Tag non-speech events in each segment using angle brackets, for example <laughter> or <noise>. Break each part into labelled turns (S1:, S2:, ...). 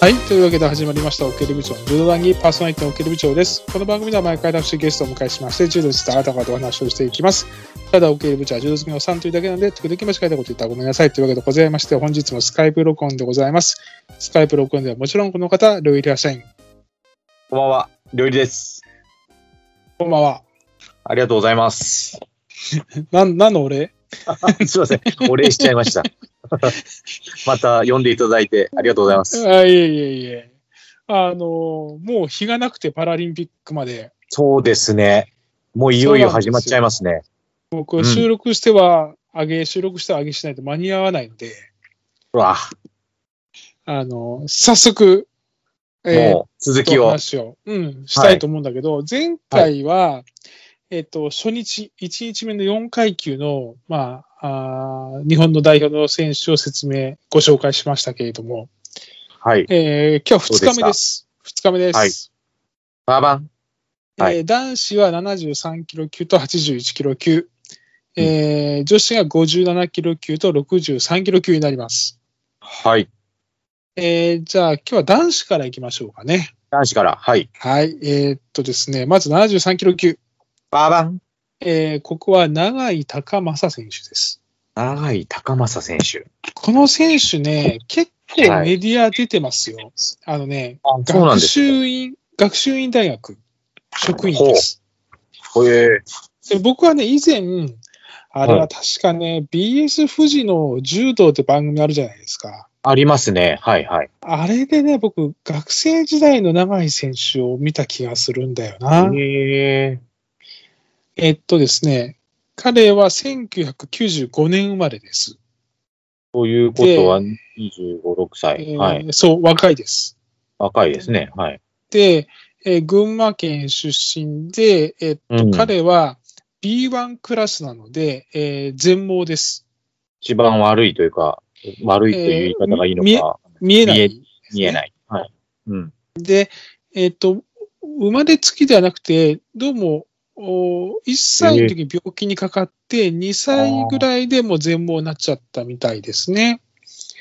S1: はい。というわけで始まりました、オケル部長の柔道談義、パーソナリティのオケル部長です。この番組では毎回楽しいゲストをお迎えしまして、柔道についてあなた方とお話をしていきます。ただ、オケル部長は柔道好きのおっさんというだけなので、時々間違えたこと言ったらごめんなさいというわけでございまして、本日もスカイプ録音でございます。スカイプ録音ではもちろんこの方、ルイリア社員。
S2: こんばんは、料理です。
S1: こんばんは。
S2: ありがとうございます。 <laughs>
S1: なん、なんの俺
S2: すいません、お礼しちゃいました。 <laughs> また呼んでいただいてありがとうございます。
S1: あ、いえいえいえ。あの、もう日がなくてパラリンピックまで、
S2: そうですね。もういよいよ始まっちゃいますね。う
S1: 僕、
S2: ん
S1: 収録しては上げ、収録しては上げしないと間に合わないので、
S2: うわ、
S1: あの、早速、えー
S2: もう
S1: ち
S2: 続き
S1: ょっと
S2: を。
S1: 話を、うん、したいと思うんだけど、前回は、えっ、と、初日、1日目の4階級の、まあ、あー日本の代表の選手を説明、ご紹介しましたけれども、
S2: はい。
S1: えー今日2日目です。2日目です。
S2: はいバーバン。はい
S1: えー男子は73キロ級と81キロ級、えー女子が57キロ級と63キロ級になります。
S2: はい。
S1: えーじゃあ今日は男子からいきましょうかね。
S2: 男子から。はい。
S1: はい。えーっとですね、まず73キロ級。
S2: バーバン。
S1: えーここは永井隆正選手です。
S2: 長井高政選手。
S1: この選手ね、結構
S2: はい
S1: メディア出てますよ。あのね、
S2: あ、そうなん
S1: 学
S2: です。
S1: 習院、学習院大学職員です。
S2: へえ
S1: で僕はね、以前、あれは確かね、BS 富士の柔道って番組あるじゃないですか。
S2: ありますね。はいはい。
S1: あれでね、僕、学生時代の永井選手を見た気がするんだよな。
S2: へえ
S1: えっとですね、彼は1995年生まれです。
S2: ということは、25、6歳。は
S1: え
S2: い。
S1: ーそう、若いです。
S2: 若いですね。はい。
S1: で、えー群馬県出身で、えー
S2: うん。
S1: 彼は B1 クラスなので、えー全盲です。
S2: 一番悪いというか、悪いという言い方がいいの
S1: えー
S2: か、
S1: 見えない。。
S2: 見え見えないい。はい。うん。
S1: で、えっ、と、生まれつきではなくて、どうも、お1歳の時に病気にかかって、2歳ぐらいでもう全盲になっちゃったみたいですね。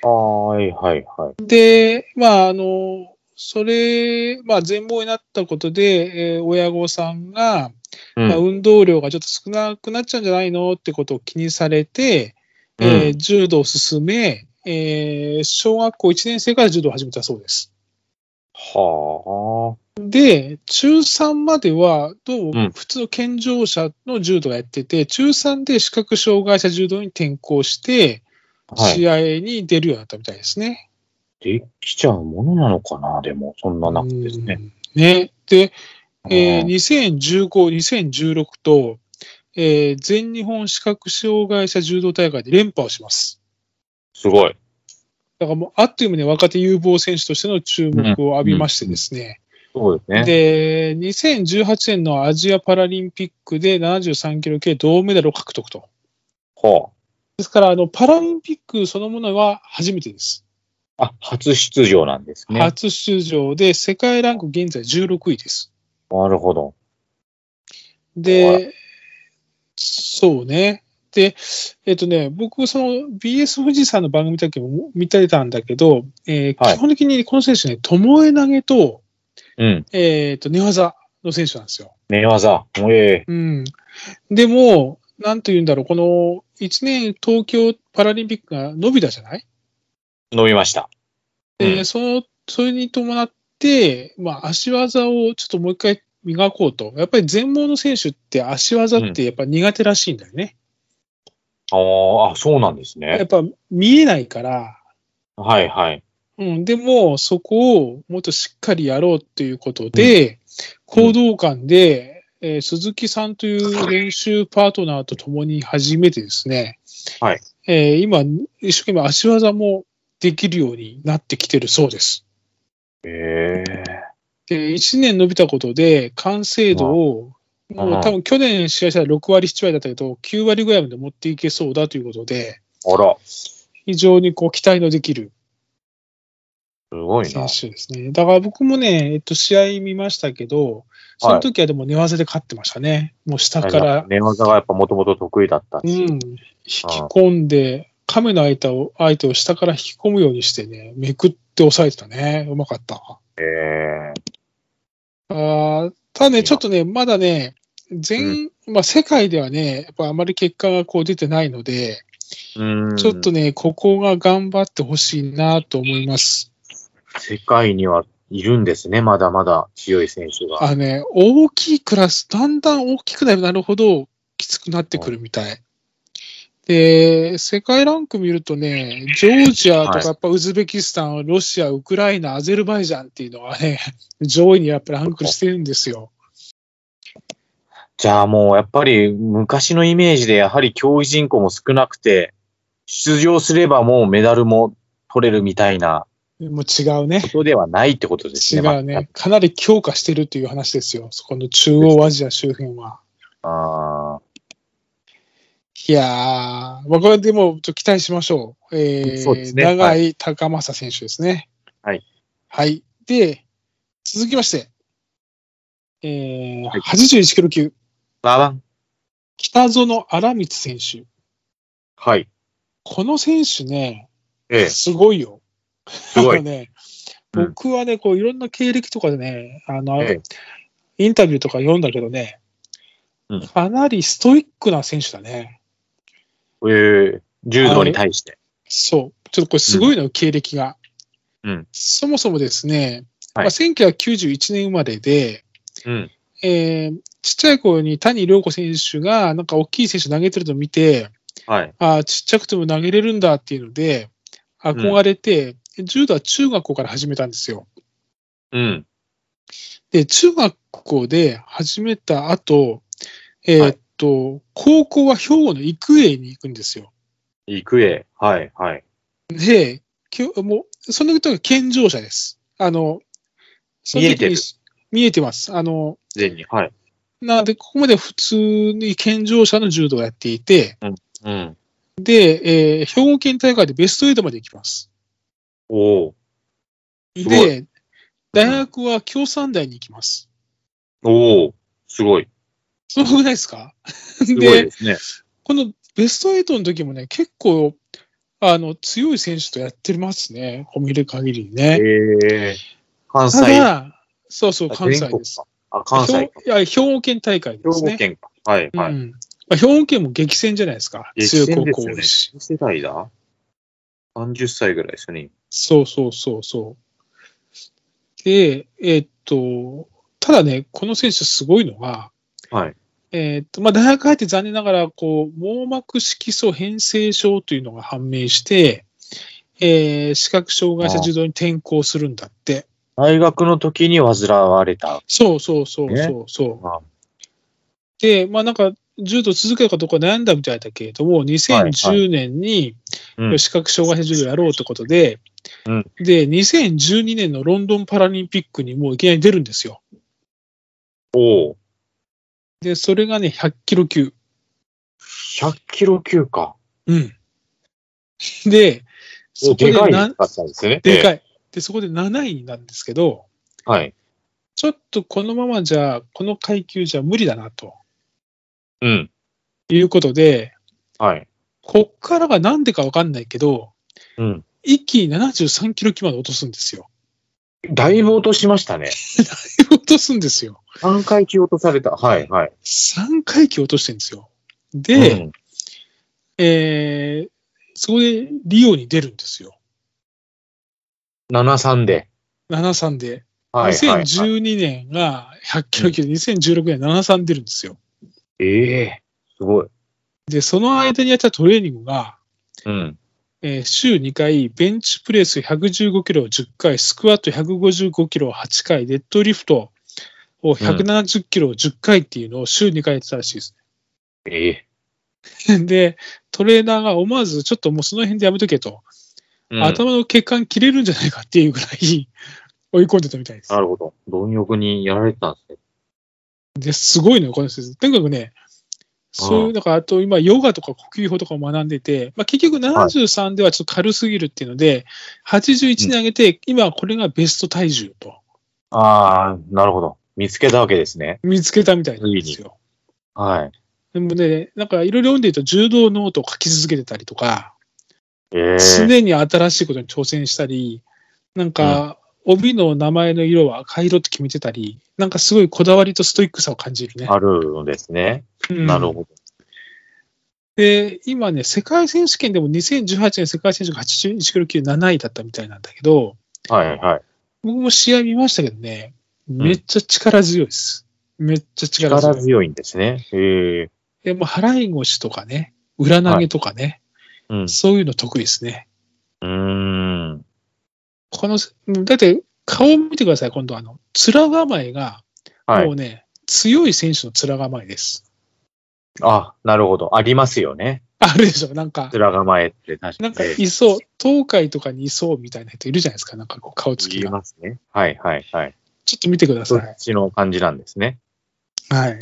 S2: はい、はい、はい。
S1: で、まあ、あの、それ、まあ、全盲になったことで、えー親御さんが、
S2: うん
S1: まあ、運動量がちょっと少なくなっちゃうんじゃないのってことを気にされて、えー
S2: うん
S1: 柔道を進め、えー小学校1年生から柔道を始めたそうです。
S2: は
S1: で、中3までは、どう
S2: うん
S1: も普通の健常者の柔道をやってて、中3で視覚障害者柔道に転向して、
S2: あ。はい。
S1: 試合に出るようになったみたいですね。
S2: できちゃうものなのかな、でも、そんな中ですね。
S1: うんねで、えー
S2: うん
S1: 2015、2016と、えー全日本視覚障害者柔道大会で連覇をします。
S2: すごい。
S1: だからもう、あっという間に若手有望選手としての注目を浴びましてですね。
S2: そうですね。
S1: で、2018年のアジアパラリンピックで73キロ級銅メダルを獲得と。
S2: は
S1: ですから、あの、パラリンピックそのものは初めてです。
S2: あ。あ、初出場なんですね。
S1: 初出場で、世界ランク現在16位です。
S2: なるほど。は
S1: で、そうね。で、えっとね、僕、その BS 富士山の番組だけも見てたんだけど、えー
S2: はい
S1: 基本的にこの選手ね、ともえ投げと、
S2: うん。
S1: えっと、寝技の選手なんですよ。
S2: 寝技。ええ
S1: うん。でも、なんと言うんだろう、この1年東京パラリンピックが伸びたじゃない
S2: 伸びました。
S1: で、
S2: うん
S1: その、それに伴って、まあ、足技をちょっともう一回磨こうと。やっぱり全盲の選手って足技ってやっぱ苦手らしいんだよね。
S2: あーあ、そうなんで
S1: <laughs>
S2: す
S1: やっ
S2: ね。
S1: ぱ見えないから、
S2: はい、はい。
S1: うん、でもそこをもっとしっかりやろうということで、行動館で、えー鈴木さんという練習パートナーと共に始めてですね、
S2: はい
S1: えー今、一生懸命足技もできるようになってきてるそうです。
S2: ええ
S1: で1年伸びたことで、完成度を、
S2: ん
S1: もう多分去年試合したら6割、7割だったけど、9割ぐらいまで持っていけそうだということで、
S2: あら、
S1: 非常にこう期待のできる
S2: すごいな
S1: 選。手ですね。だから僕もね、えっと、試合見ましたけど、その時はでも寝技で勝ってましたね。もう下から、
S2: 寝技がやっぱもともと得意だった
S1: うん、
S2: し。
S1: 引き込んで、亀の相手を、相手を下から引き込むようにしてね、めくって押さえてたね。うまかった。
S2: ええ
S1: あーただね、
S2: 今
S1: ちょっとね、まだね、全、まあ、世界ではね、やっぱあまり結果がこう出てないので、
S2: うん
S1: ちょっとね、ここが頑張ってほしいなと思います。
S2: 世界にはいるんですね、まだまだ強い選手が。
S1: あのね、大きいクラス、だんだん大きくなればなるほどきつくなってくるみたい。で、世界ランク見るとね、ジョージアと
S2: はい
S1: かやっぱウズベキスタン、ロシア、ウクライナ、アゼルバイジャンっていうのはね、 <laughs> 上位にやっぱりランクしてるんですよ。
S2: じゃあもうやっぱり昔のイメージでやはり競技人口も少なくて、出場すればもうメダルも取れるみたいな
S1: もう違うね
S2: こ。とではないってことです
S1: 違
S2: ね。
S1: うね。かなり強化してるっていう話ですよ。そこの中央アジア周辺は。
S2: まあ。あ
S1: いやー、まあ、これでもちょっと期待しましょう。え
S2: そうで
S1: ー
S2: すね
S1: 長
S2: は
S1: 井高政選手ですね。
S2: はい。
S1: はい。で、続きまして、えー
S2: はい
S1: 81キロ級、
S2: ーラバン。
S1: 北園荒光選手。
S2: はい。
S1: この選手ね、
S2: ええ、
S1: すごいよ。
S2: すご
S1: あの
S2: <laughs> い。
S1: ね、
S2: うん
S1: 僕はね、こういろんな経歴とかでね、あの、
S2: え
S1: インタビューとか読んだけどね、
S2: うん
S1: かなりストイックな選手だね。
S2: ええ柔道に対して。
S1: そう。ちょっとこれすごいの、経歴が。
S2: うん
S1: そもそもですね、
S2: は
S1: まあ、
S2: い
S1: 1991年生まれで、
S2: うん。
S1: えーちっちゃい頃に谷亮子選手が、なんか大きい選手投げてるのを見て、
S2: はい。
S1: ああ、ちっちゃくても投げれるんだっていうので、憧れて、柔道は中学校から始めたんですよ。
S2: うん。
S1: で、中学校で始めた後、えーっと、高校は兵庫の育英に行くんですよ。
S2: 育英。はい。はい。
S1: で、きょもう、その時は健常者です。あの、その時に
S2: 見えてる
S1: 見えてます。あの、
S2: 全に。はい。
S1: なので、ここまで普通に健常者の柔道をやっていて、
S2: うん。
S1: で、えー兵庫県大会でベスト8まで行きます。
S2: おお。すごい
S1: で、大学は共産大に行きます。
S2: おお。すごい。
S1: すごくないですか
S2: すごい
S1: で
S2: で、すね。
S1: このベスト8の時もね、結構、あの、強い選手とやってますね。を見る限り
S2: え
S1: ね。
S2: え関
S1: た
S2: 西。
S1: だ、そうそう、
S2: あ
S1: 関西
S2: 全国
S1: です。
S2: かあ、関西か。
S1: 兵いや兵庫県大会で
S2: 兵
S1: すね。
S2: 庫県か。はい。は
S1: う
S2: い。
S1: んまあ、兵庫県も激戦じゃないですか。
S2: 激
S1: 強い
S2: 戦
S1: 高
S2: です
S1: 校
S2: よね
S1: 多いし。
S2: 世代だ ?30 歳ぐらいですよね。
S1: そうそうそうそう。で、えーっと、ただね、この選手すごいのが、
S2: はい。
S1: えーっと、まあ、大学入って残念ながら、こう、網膜色素変性症というのが判明して、えー視覚障害者児童に転校するんだって。
S2: 大学の時に煩われた。
S1: そうそうそうそうそう。
S2: まあ
S1: で、まあなんか、柔道続けるかどうか悩んだみたいだけれども、2010年に
S2: うん
S1: 視覚障害者柔道やろうってことで、
S2: うん
S1: で、2012年のロンドンパラリンピックにもういきなり出るんですよ。
S2: おお。
S1: で、それがね、100キロ級。
S2: 100キロ級か。
S1: うん。で、そ
S2: お
S1: こで
S2: でかい
S1: な
S2: かったんですね。
S1: で
S2: い。
S1: かい。で、そこで7位なんですけど、
S2: はい。
S1: ちょっとこのままじゃ、この階級じゃ無理だな、と
S2: うん。
S1: いうことで、
S2: はい。
S1: こっからがなんでかわかんないけど、
S2: うん。
S1: 一気に73キロ級まで落とすんですよ。 <laughs>
S2: だいぶ落としましたね。
S1: 落とすんですよ。
S2: 3階級落とされた。はい、はい。
S1: 3回忌落としてるんですよ。で、
S2: うん
S1: えー、そこでリオに出るんですよ。
S2: 73で。
S1: 73で。
S2: はい、はい。はい
S1: 2012年が100キロ級で、2016年73出るんですよ。
S2: ええすごい。
S1: で、その間にやったトレーニングが、
S2: うん。
S1: えー週2回、ベンチプレス115キロを10回、スクワット155キロを8回、デッドリフトを170キロを10回っていうのを週2回やってたらしいです。
S2: ええ
S1: <laughs> で、トレーナーが思わず、ちょっともうその辺でやめとけと、
S2: うん
S1: 頭の血管切れるんじゃないかっていうぐらい <laughs> 追い込んでたみたいです
S2: な。るほど。貪欲にやられてたんですね。
S1: ですごいのよ、この人です。とにかくね、そう
S2: う
S1: いうんなんか、あと今、ヨガとか呼吸法とかも学んでて、まあ、結局73ではちょっと軽すぎるっていうので、81に上げて、今これがベスト体重と
S2: ああ、なるほど。見つけたわけですね。
S1: 見つけたみたいなんですよ。
S2: はい。
S1: でもね、なんかいろいろ読んでると、柔道ノートを書き続けてたりとか、
S2: ええ
S1: 常に新しいことに挑戦したり、なんか、帯の名前の色は赤色って決めてたり、なんかすごいこだわりとストイックさを感じるね。
S2: あるんですね。
S1: うん
S2: なるほど。
S1: で、今ね、世界選手権でも2018年世界選手権81キロ級7位だったみたいなんだけど、
S2: はいはい。
S1: 僕も試合見ましたけどね、めっちゃ力強いです。めっちゃ力強
S2: 力
S1: い。
S2: 強いんですね。ええ
S1: でもう腹い腰とかね、裏投げとかね、
S2: うん。う
S1: そういうの得意ですね。
S2: ーん。
S1: この、だって顔を見てください、今度あの、面構えが、
S2: は
S1: も
S2: い。
S1: うね、強い選手の面構えです。 <laughs>
S2: あ、なるほど。ありますよね。
S1: あるでしょ、なんか、
S2: 面構えって確か
S1: なん
S2: に。
S1: か
S2: ええ
S1: いそう、東海とかにいそうみたいな人いるじゃないですか、なんかこう顔つき
S2: 言い
S1: が。
S2: ますね。はいはいはい。
S1: ちょっと見てくだ
S2: そ
S1: さ
S2: っ
S1: い。
S2: ちの感じなんですね。
S1: はい。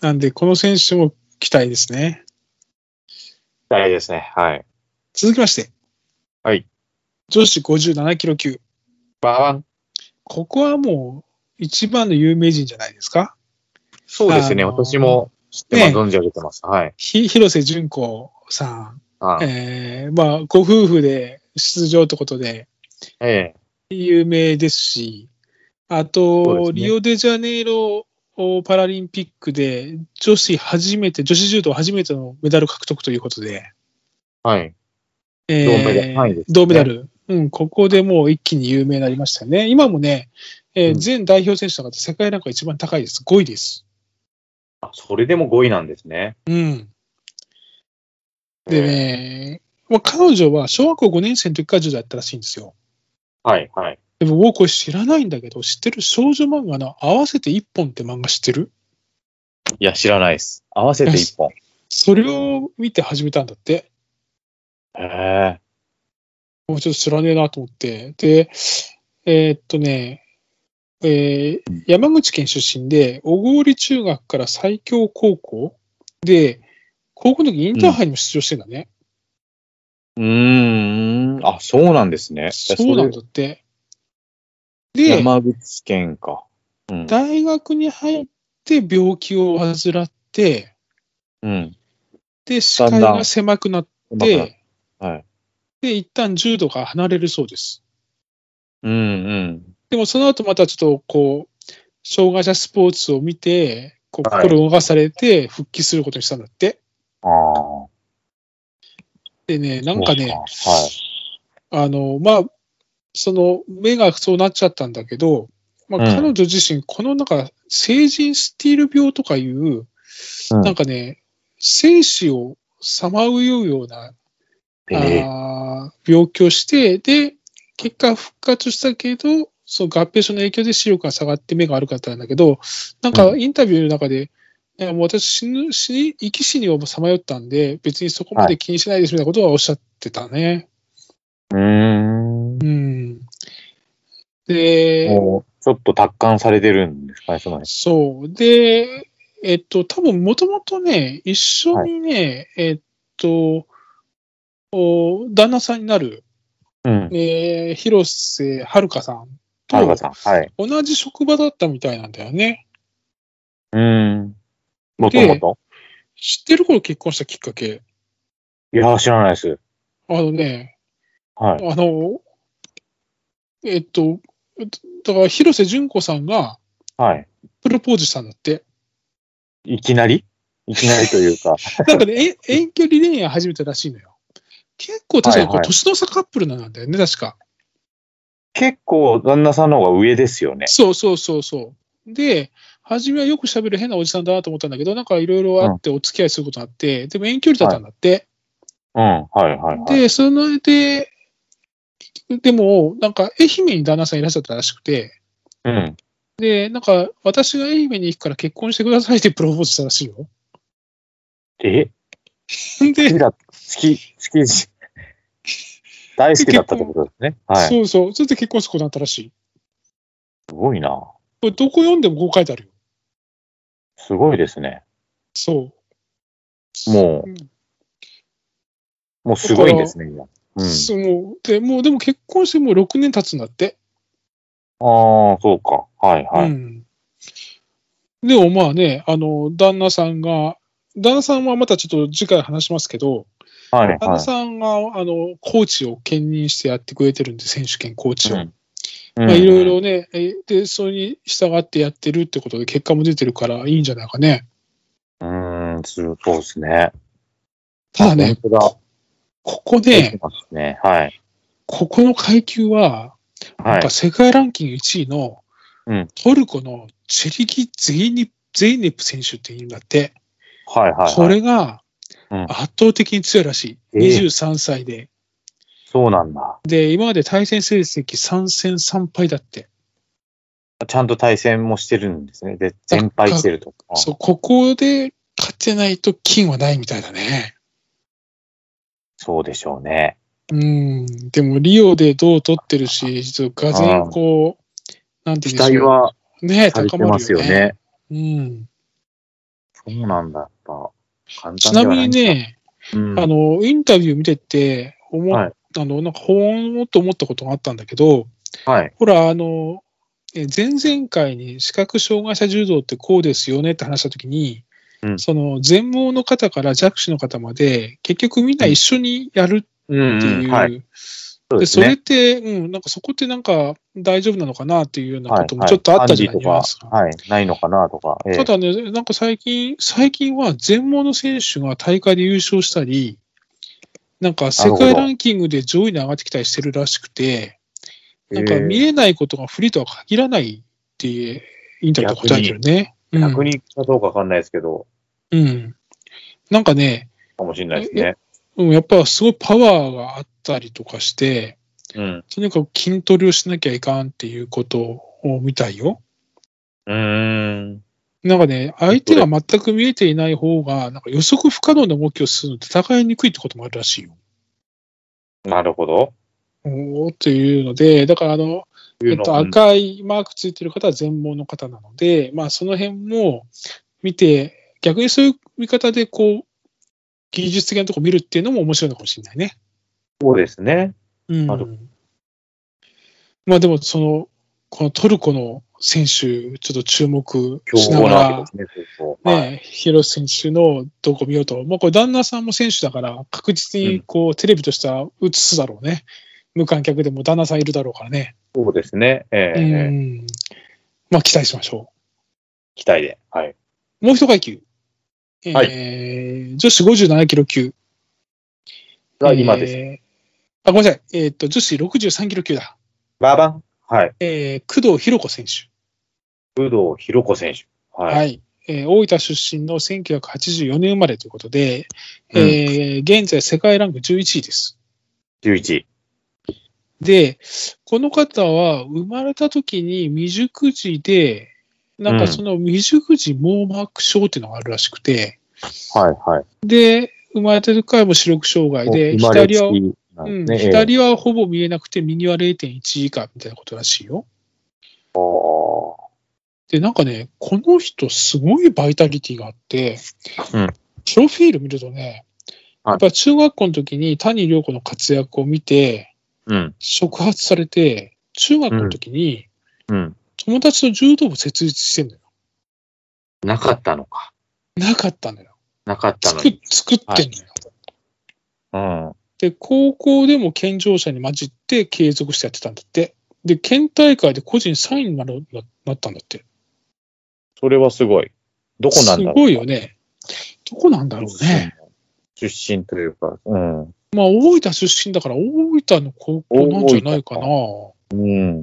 S1: なんで、この選手も期待ですね。
S2: 大事ですね。はい。
S1: 続きまして。
S2: はい。
S1: 女子57キロ級。
S2: ババン。
S1: ここはもう、一番の有名人じゃないですか。
S2: そうですね。
S1: あのー
S2: 私も知ってます。
S1: ね
S2: 存じ上げてます。はい。
S1: ひ広瀬純子さん。
S2: あ
S1: えー、まあ、ご夫婦で出場ってことで、
S2: ええ。
S1: 有名ですし、あ
S2: そう
S1: と、
S2: ですね
S1: リオデジャネイロパラリンピックで、女子初めて、女子柔道初めてのメダル獲得ということで、
S2: はい。
S1: えー
S2: 銅メダルはいですね
S1: 銅メダル。うん、ここでもう一気に有名になりましたね。今もね、えー
S2: うん
S1: 全代表選手の方、世界ランクが一番高いです。5位です。
S2: あそれでも5位なんですね。
S1: うん。でね、まあ、彼女は小学校5年生の時から柔道やったらしいんですよ。
S2: はいはい。
S1: でも、僕これ知らないんだけど、知ってる少女漫画の合わせて1本って漫画知ってる
S2: いや、知らないです。合わせて1本。
S1: それを見て始めたんだって。
S2: へえ。
S1: もうちょっと知らねえなと思って。で、えーっとね、えー山口県出身で、小郡中学から最強高校で、高校の時インターハイにも出場してんだね。
S2: うーん。あ、そうなんですね。
S1: そうなんだって。
S2: それ
S1: で、
S2: 山口県か。うん。
S1: 大学に入って病気を患って、
S2: うん。
S1: で、視界が狭くなっ
S2: うまく
S1: て、
S2: なはい。
S1: で、一旦柔道から離れるそうです。
S2: うんうん。
S1: でもその後またちょっとこう、障害者スポーツを見て、こう
S2: はい
S1: 心動かされて復帰することにしたんだって。
S2: ああ。
S1: でね、なんかね、
S2: はい。
S1: あの、まあ、その目がそうなっちゃったんだけど、まあ、
S2: うん
S1: 彼女自身、このなんか、成人スティール病とかいう、
S2: うん
S1: なんかね、生死をさまうような、
S2: ええ
S1: あー病気をして、で、結果復活したけど、その合併症の影響で視力が下がって目が悪かったんだけど、なんか
S2: う
S1: インタビューの中で、いやもう私死ぬ、死に、生き死にをさまよったんで、別にそこまで気にしないですみたいなことはおっしゃってたね。
S2: うーん。
S1: うん。で、
S2: もう、ちょっと達観されてるんですかね、その辺。
S1: そう。で、えっと、多分もともとね、一緒にね、えっと、お旦那さんになる、
S2: うん。
S1: えー広瀬はるかさん
S2: はる
S1: と
S2: かさん。はい。
S1: 同じ職場だったみたいなんだよね。
S2: うん。もともと
S1: 知ってる頃結婚したきっかけ。
S2: いや、知らないです。
S1: あのね、
S2: はい。
S1: あの、えっと、だから広瀬純子さんが
S2: はい。
S1: プロポーズしたんだって。
S2: いきなりいきなりとい
S1: <laughs>
S2: うか。
S1: なんか
S2: <laughs>
S1: ね、え遠距離恋愛始めたらしいのよ。結構確かにこ
S2: は
S1: う
S2: いはい
S1: 年の差カップルなんだよね、確か。
S2: 結構、旦那さんの方が上ですよね。
S1: そうそうそうそう。で、初めはよく喋る変なおじさんだなと思ったんだけど、なんかいろいろあってお付き合いすることになって、でも遠距離だったんだって。
S2: うん。はい、はい、はい。
S1: で、それで、でも、なんか愛媛に旦那さんいらっしゃったらしくて、
S2: うん。
S1: で、なんか私が愛媛に行くから結婚してくださいってプロポーズしたらしいよ。 <laughs>
S2: え好き
S1: で、
S2: だ、好き、好きです。大好きだったってこ
S1: <laughs>
S2: とですね。はい。
S1: そうそう、それで結婚することになったらしい。
S2: すごいな。
S1: これどこ読んでもこう書いてあるよ。
S2: すごいですね。
S1: そう。
S2: も
S1: うん
S2: う、もうすごいんですね、今。うん。
S1: そのでもうでも結婚してもう6年経つんだって。
S2: ああ、そうか。はい、は
S1: う
S2: い。
S1: ん、でもまあね、あの旦那さんが、旦那さんはまたちょっと次回話しますけど、
S2: はい、
S1: 田
S2: は
S1: 中
S2: い。
S1: さんが、あの、コーチを兼任してやってくれてるんで、選手兼コーチを。
S2: うん
S1: まあ、いろいろ。ね、えで、それに従ってやってるってことで、結果も出てるからいいんじゃないかね。
S2: うん、うんそうですね。
S1: ただね、
S2: 本当だ
S1: こここ
S2: 出て
S1: ね、
S2: ますね。はい。
S1: ここの階級は、
S2: は
S1: ないんか。世界ランキング1位の
S2: うん、
S1: トルコのチェリギ・ゼイニゼイネプ選手っていうんだって、
S2: はい、はいはい。
S1: これが
S2: うん
S1: 圧倒的に強いらしい。
S2: ええ
S1: 23歳で。
S2: そうなんだ。
S1: で、今まで対戦成績3戦3敗だって。
S2: ちゃんと対戦もしてるんですね。で、全敗してるとか。
S1: そう、ここで勝てないと金はないみたいだね。
S2: そうでしょうね。
S1: うん。でも、リオで銅を取ってるし、ちょっとがぜんこう、なんてい
S2: 期
S1: うんでし
S2: 待
S1: ょ
S2: は
S1: う。ね
S2: され
S1: 高
S2: て
S1: ま
S2: ま
S1: る
S2: すよ
S1: よね。
S2: ね。
S1: うん。
S2: そうなんだ、やっぱ。簡
S1: ち
S2: 単
S1: な
S2: では
S1: み
S2: い
S1: に
S2: んだ、
S1: ね、
S2: うん、
S1: あの、インタビュー見てて、思っ
S2: はい
S1: あの、なんか、保温をと思ったことがあったんだけど、
S2: はい。
S1: ほら、あの、え前々回に視覚障害者柔道ってこうですよねって話したときに、
S2: うん
S1: その全盲の方から弱視の方まで、結局みんな一緒にやる
S2: うん、
S1: っていう、
S2: うん、はい。そ
S1: で
S2: うで
S1: そ
S2: す
S1: れっ
S2: ね。
S1: て、うん、なんかそこってなんか大丈夫なのかなっていうような
S2: は
S1: こ
S2: い
S1: ともちょっとあったじゃないですか。
S2: はい。管理とかはい。ないのかなとか。ええ
S1: ただね、なんか最近、最近は全盲の選手が大会で優勝したり、なんか世
S2: なる
S1: 界
S2: ほど
S1: ランキングで上位に上がってきたりしてるらしくて、なんか
S2: ええ
S1: 見えないことが不利とは限らないってインタビューで答えてるね。うん
S2: 逆にかどうかわかんないですけど、
S1: うん。なんかね、
S2: かもしれないですね。
S1: うんやっぱすごいパワーがあったりとかして、
S2: うん。
S1: とにかく筋トレをしなきゃいかんっていうことを見たいよ。
S2: うーん。
S1: なんかね、相手が全く見えていない方が、なんか予測不可能な動きをするのって戦いにくいってこともあるらしいよ。
S2: なるほど。
S1: おーっていうので、だからあの、え
S2: い
S1: っ
S2: うの
S1: と、
S2: うん
S1: 赤いマークついてる方は全盲の方なので、まあその辺も見て、逆にそういう見方でこう、技術的なとこ見るっていうのも面白いのかもしれないね。
S2: そうですね。
S1: うん
S2: なるほ。
S1: まあでもその、このトルコの選手、ちょっと注目
S2: 強
S1: しな
S2: 豪
S1: が
S2: な
S1: ら
S2: わ、けですね、そうそう。はい。
S1: ね、ヒロシ選手のどこ見ようと、まあ、これ、旦那さんも選手だから、確実にこう、テレビとしては映すだろうね、無観客でも旦那さんいるだろうからね、
S2: そうですね。ええ
S1: うん、まあ、期待しましょ
S2: 期待で。はい。
S1: う。もう一階級、えー
S2: は
S1: 女子57キロ級。
S2: が今です。
S1: えーあ、ごめんなさい、えーっと女子63キロ級だ、
S2: ババン。はい。
S1: えー工藤弘子選手、
S2: 武道弘子選手。はい。
S1: はいえー大分出身の1984年生まれということで、
S2: うん
S1: えー現在、世界ランク11位です。
S2: 11。
S1: で、この方は生まれた時に未熟児で、なんかその未熟児網膜症っていうのがあるらしくて、
S2: はい、はい。
S1: で、生まれてる回も視力障害で、
S2: 生まれ
S1: 左
S2: つ
S1: は、
S2: きな
S1: うんん
S2: ですね。ええ
S1: 左はほぼ見えなくて、右は0.1以下みたいなことらしいよ。
S2: お
S1: で、なんかね、この人すごいバイタリティがあって、
S2: うん
S1: プロフィール見るとね、
S2: はい
S1: やっぱ中学校の時に谷良子の活躍を見て、
S2: ーうん。
S1: 触発されて、中学の時に、
S2: うん。
S1: 友達と柔道部設立してんだよ。
S2: なかったのか。
S1: なかったんだよ。
S2: なかったの
S1: 作
S2: に。
S1: 作ってんだよ、
S2: うん。
S1: で、高校でも健常者に混じって継続してやってたんだって。で、県大会で個人3位になるななったんだって。
S2: それはすごい。どこなんだろう
S1: すごいよね。どこなんだろうね。
S2: 出身というか、うん。
S1: まあ、大分出身だから、大分の高校なんじゃないかな。
S2: うん。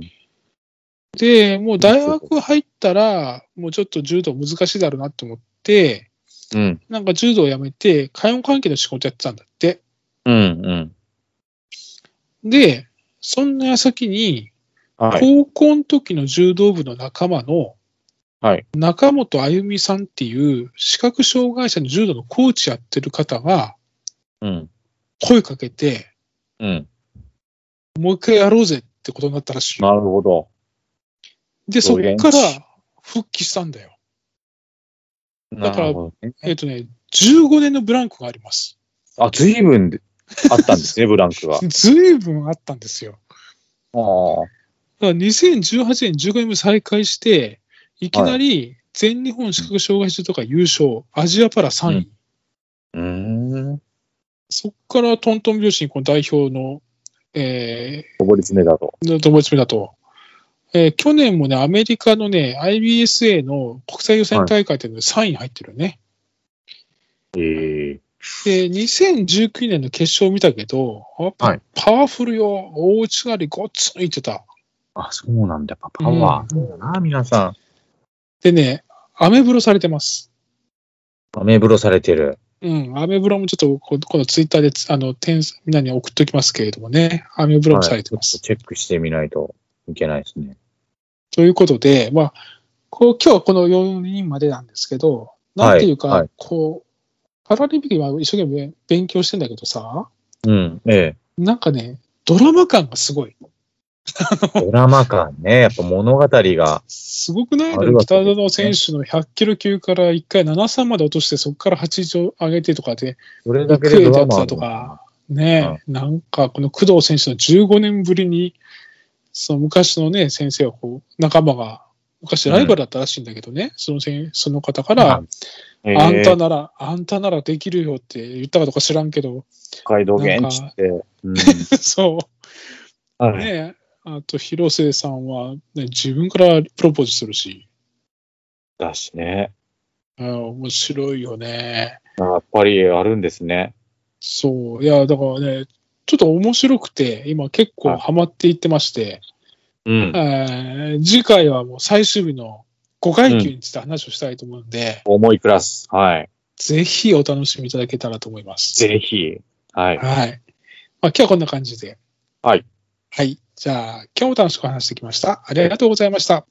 S1: で、もう大学入ったら、もうちょっと柔道難しいだろうなって思って、
S2: うん。
S1: なんか柔道をやめて、介護関係の仕事やってたんだって。
S2: うん。うん。
S1: で、そんな矢先に、
S2: はい。
S1: 高校の時の柔道部の仲間の、
S2: はい
S1: 中本あゆみさんっていう視覚障害者の柔道のコーチやってる方が
S2: うん。
S1: 声かけて、
S2: うん。
S1: もう一回やろうぜってことになったらしい。
S2: なるほど。
S1: で、そ
S2: そう
S1: っ
S2: ね
S1: から復帰したんだよ。だから
S2: なるほどね
S1: えっ、とね、15年のブランクがあります。
S2: あ、ずいぶんあったん <laughs> ですね、ブランクは。あ
S1: ずいぶんあったんですよ。
S2: あ。
S1: だから2018年15年も再開して、いきなり全日本視覚障害者とか優勝、アジアパラ3位。
S2: うーん。
S1: そこからトントン拍子にこの代表の、え
S2: 上り詰めだと。
S1: ー、の友達目だと、えー去年もね、アメリカのね、IBSA の国際予選大会っていうので3位入ってるよね。
S2: ええ
S1: で、2019年の決勝を見たけど、やっぱ
S2: はい
S1: パワフルよ、大内刈りごっつ抜いてた。
S2: あ、そうなんだ。やっぱパワー。そうだな、皆さ
S1: でね、アメブロされてます。
S2: ん。アメブロされてる。
S1: うん、アメブロもちょっとこ、このツイッターでつ、あの、点数みんなに送っときますけれどもね、アメブロもされてます。
S2: はいちょっとチェックしてみないといけないですね。
S1: ということで、まあ、こう今日はこの4人までなんですけど、なんていうか、
S2: はいはい
S1: こう、パラリンピック今一生懸命勉強してんだけどさ、
S2: うん、え
S1: なんかね、ドラマ感がすごい。
S2: え。ドラマ感ね。やっぱ物語が。
S1: すごくない
S2: ありがとう
S1: 北園選手の100キロ級から1回73まで落として、そこから80上げてとかで、
S2: それだ
S1: ク
S2: けで
S1: エ
S2: ド
S1: だ
S2: ラ
S1: っ
S2: マあ
S1: た
S2: る
S1: と
S2: の
S1: か、ねえ、なんかこの工藤選手の15年ぶりに、その昔のね、先生はこう、仲間が、昔ライバルだったらしいんだけどね、そのせんその方から、
S2: ええ
S1: あんたなら、あんたならできるよって言ったかどうか知らんけど、 <laughs>
S2: 北海道現地って。うん
S1: そ
S2: は
S1: う
S2: い
S1: ね。あと、広末さんは、ね、自分からプロポーズするし、
S2: だしね。
S1: あ面白いよね。
S2: やっぱりあるんですね。
S1: そう。いや、だからね、ちょっと面白くて、今結構ハマっていってまして、
S2: うん。
S1: えー次回はもう最終日の5階級について話をしたいと思うんで、
S2: 重いクラス。はい。
S1: ぜひお楽しみいただけたらと思います。
S2: ぜひ。は
S1: はい。
S2: い。
S1: まあ、今日はこんな感じで。
S2: はい。
S1: はい。じゃあ、今日も楽しく話してきました。ありがとうございました。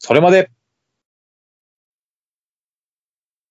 S2: それまで